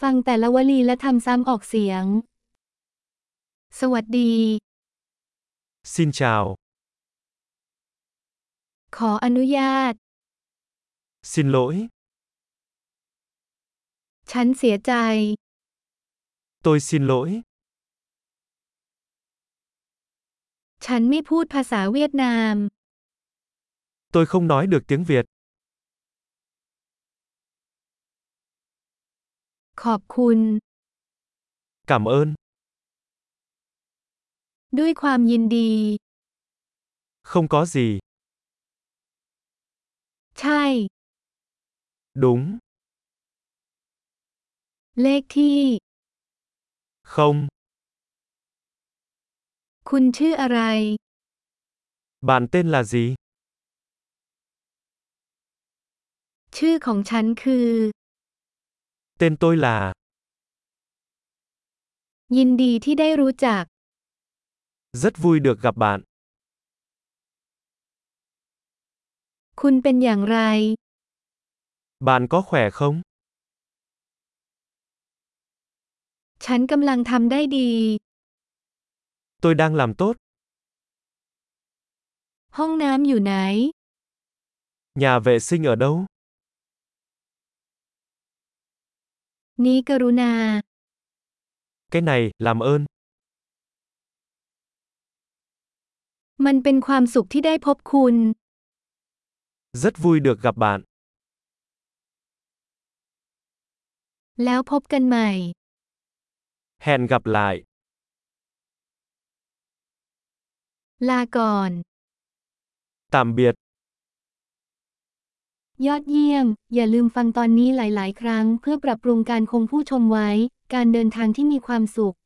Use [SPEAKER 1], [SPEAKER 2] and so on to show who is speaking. [SPEAKER 1] ฟังแต่ละวลีและทำซ้ำออกเสียง สวัสดี
[SPEAKER 2] Xin chào,
[SPEAKER 1] ขออนุญาต
[SPEAKER 2] xin lỗi,
[SPEAKER 1] ฉันเสียใจ
[SPEAKER 2] tôi xin lỗi,
[SPEAKER 1] ฉันไม่พูดภาษาเวียดนาม
[SPEAKER 2] tôi không nói được tiếng Việt,
[SPEAKER 1] ขอบคุณ
[SPEAKER 2] cảm ơn,
[SPEAKER 1] ด้วยความยินดี
[SPEAKER 2] không có gì,
[SPEAKER 1] ใช่
[SPEAKER 2] đúng,
[SPEAKER 1] เลขที่
[SPEAKER 2] không,
[SPEAKER 1] คุณชื่ออะไร
[SPEAKER 2] bạn tên là gì?
[SPEAKER 1] ชื่อของฉันคือ
[SPEAKER 2] Tên tôi là,
[SPEAKER 1] ยินดีที่ได้รู้จัก
[SPEAKER 2] rất vui được gặp bạn,
[SPEAKER 1] คุณเป็นอย่างไร
[SPEAKER 2] bạn có khỏe không?
[SPEAKER 1] ฉันกำลังทำได้ดี
[SPEAKER 2] Tôi đang làm tốt,
[SPEAKER 1] ห้องน้ำอยู่ไหน
[SPEAKER 2] nhà vệ sinh ở đâu?
[SPEAKER 1] นี้กรุณา
[SPEAKER 2] Cái này, làm ơn,
[SPEAKER 1] มันเป็นความสุขที่ได้พบคุณ
[SPEAKER 2] rất vui được gặp bạn,
[SPEAKER 1] แล้วพบกันใหม่
[SPEAKER 2] hẹn gặp lại,
[SPEAKER 1] ลาก่อน
[SPEAKER 2] tạm biệt,
[SPEAKER 1] ยอดเยี่ยม อย่าลืมฟังตอนนี้หลาย ๆ ครั้ง เพื่อปรับปรุงการคงผู้ชมไว้ การเดินทางที่มีความสุข